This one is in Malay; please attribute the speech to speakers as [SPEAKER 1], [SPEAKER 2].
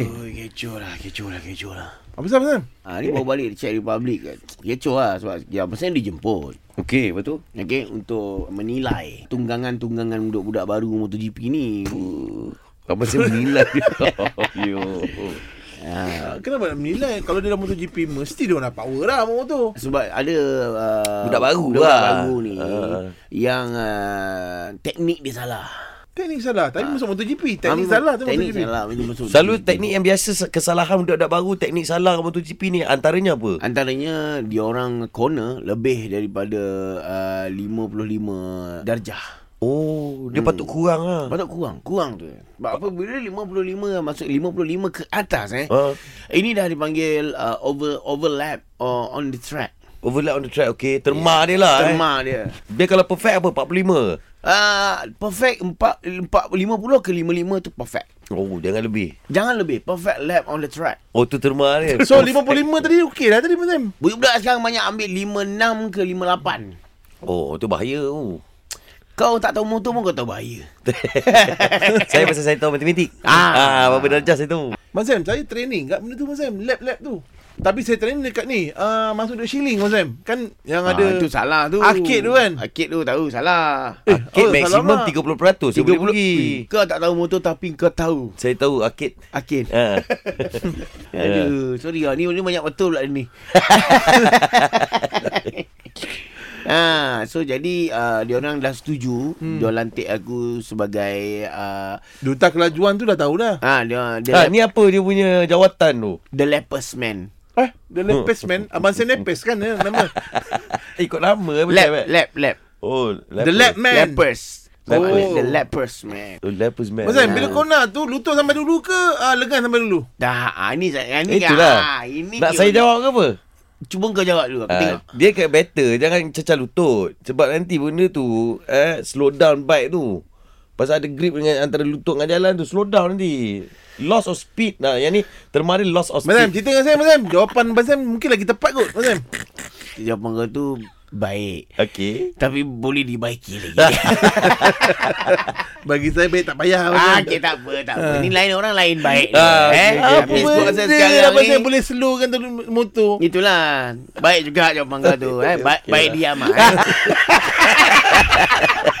[SPEAKER 1] Kecoh lah, kecoh lah, kecoh lah.
[SPEAKER 2] Apa pasal apa pasal?
[SPEAKER 1] Ha, ni baru balik dari Czech Republic kan. Kecoh lah sebab ya, pasal dia jemput.
[SPEAKER 3] Okey, lepas tu?
[SPEAKER 1] Okay, untuk menilai tunggangan-tunggangan budak-budak baru MotoGP ni.
[SPEAKER 3] Apa saya menilai Yo.
[SPEAKER 2] Ah, Kenapa nak menilai Kalau dia dalam MotoGP Mesti dia orang dah power lah Bawa motor
[SPEAKER 1] Sebab ada uh,
[SPEAKER 3] Budak baru
[SPEAKER 1] budak
[SPEAKER 3] lah.
[SPEAKER 1] baru ni
[SPEAKER 3] Ah.
[SPEAKER 1] yang uh, teknik dia salah.
[SPEAKER 2] Teknik salah Tadi masuk MotoGP Teknik
[SPEAKER 1] Ah,
[SPEAKER 2] salah tu
[SPEAKER 1] Teknik
[SPEAKER 2] MotoGP
[SPEAKER 1] salah itu masuk.
[SPEAKER 3] Selalu teknik yang biasa kesalahan budak-budak baru, teknik salah MotoGP ni antaranya apa?
[SPEAKER 1] Antaranya dia orang corner lebih daripada uh, 55 darjah.
[SPEAKER 3] Oh, dia patut kurang lah.
[SPEAKER 1] Patut kurang, kurang tu. Sebab apa bila 55 masuk 55 ke atas eh.
[SPEAKER 3] Ah.
[SPEAKER 1] Ini dah dipanggil uh, over overlap or on the track.
[SPEAKER 3] Overlap on the track, okay. Terma dia lah eh.
[SPEAKER 1] Terma dia.
[SPEAKER 3] Dia kalau perfect apa? 45?
[SPEAKER 1] Ah, perfect 4 4 50 ke 55 tu perfect.
[SPEAKER 3] Oh, jangan lebih.
[SPEAKER 1] Jangan lebih. Perfect lap on the track.
[SPEAKER 3] Oh, tu terma dia.
[SPEAKER 2] So 55 tadi okey lah tadi Mazim
[SPEAKER 1] Budak-budak sekarang banyak ambil 56 ke 58.
[SPEAKER 3] Oh, tu bahaya tu.
[SPEAKER 1] Kau tak tahu motor pun kau tahu bahaya.
[SPEAKER 3] saya pasal saya tahu matematik.
[SPEAKER 1] Ah.
[SPEAKER 3] Ah, berapa darjah saya tahu.
[SPEAKER 2] Mazim saya training kat benda tu Mazim Lab-lab tu Tapi saya training dekat ni uh, Masuk duk shilling Mazim Kan yang ada
[SPEAKER 1] Ah, tu salah tu.
[SPEAKER 2] Arcade tu kan?
[SPEAKER 1] Arcade tu tahu salah.
[SPEAKER 2] Eh,
[SPEAKER 3] Arcade
[SPEAKER 2] oh,
[SPEAKER 3] maksimum
[SPEAKER 2] salah mak.
[SPEAKER 3] 30%. Saya boleh pergi.
[SPEAKER 1] Kau tak tahu motor tapi kau tahu.
[SPEAKER 3] Saya tahu arcade.
[SPEAKER 1] Arcade.
[SPEAKER 3] Ah.
[SPEAKER 1] Ya, Aduh, sorry lah. Ni, ni banyak betul pula ni. ha, so jadi uh, dia orang dah setuju hmm. dia lantik aku sebagai uh,
[SPEAKER 2] Duta kelajuan tu dah tahu dah
[SPEAKER 1] ah dia dia
[SPEAKER 3] Ah, ni apa dia punya jawatan tu?
[SPEAKER 1] the lepers man.
[SPEAKER 2] Eh, dia
[SPEAKER 1] Hmm.
[SPEAKER 2] lepes man Abang Sam lepes kan eh, nama
[SPEAKER 3] Eh, Ikut nama eh,
[SPEAKER 1] Lap
[SPEAKER 3] macam, eh?
[SPEAKER 1] lap lap.
[SPEAKER 3] Oh,
[SPEAKER 2] The lap man
[SPEAKER 1] Lepers.
[SPEAKER 3] Lepers.
[SPEAKER 1] The lepers man.
[SPEAKER 3] Oh, lepers man.
[SPEAKER 1] Ya.
[SPEAKER 2] Mazim, bila kona tu Lutut sampai dulu ke uh, Lengan sampai dulu
[SPEAKER 1] Dah, ah, ini saya ini
[SPEAKER 3] Itulah.
[SPEAKER 1] ah, ini
[SPEAKER 3] Nak
[SPEAKER 1] dia.
[SPEAKER 3] saya jawab ke apa?
[SPEAKER 1] Cuba kau jawab dulu aku
[SPEAKER 3] Ah,
[SPEAKER 1] tengok.
[SPEAKER 3] dia kat better Jangan cecah lutut Sebab nanti benda tu eh, Slow down bike tu Pasal ada grip dengan Antara lutut dengan jalan tu Slow down nanti Loss of speed nah, Yang ni Terma dia loss of
[SPEAKER 2] Mazim,
[SPEAKER 3] speed
[SPEAKER 2] cerita dengan saya Mazim Jawapan Mazim mungkin lagi tepat kot Mazim
[SPEAKER 1] Jawapan kau tu baik.
[SPEAKER 3] Okay
[SPEAKER 1] Tapi boleh dibaiki lagi.
[SPEAKER 2] Bagi saya baik tak payah
[SPEAKER 1] Ah,
[SPEAKER 2] Mazim
[SPEAKER 1] okay, tak apa, tak apa. Ni lain orang lain baik.
[SPEAKER 3] Ah,
[SPEAKER 1] eh,
[SPEAKER 3] okey,
[SPEAKER 1] okay,
[SPEAKER 3] okey, okey.
[SPEAKER 1] Facebook saya
[SPEAKER 2] Benda
[SPEAKER 1] sekarang
[SPEAKER 2] apa
[SPEAKER 1] ni.
[SPEAKER 2] saya boleh slowkan tu motor
[SPEAKER 1] Itulah. Baik juga jawapan kau tu. Eh, baik, baik diam ah. eh.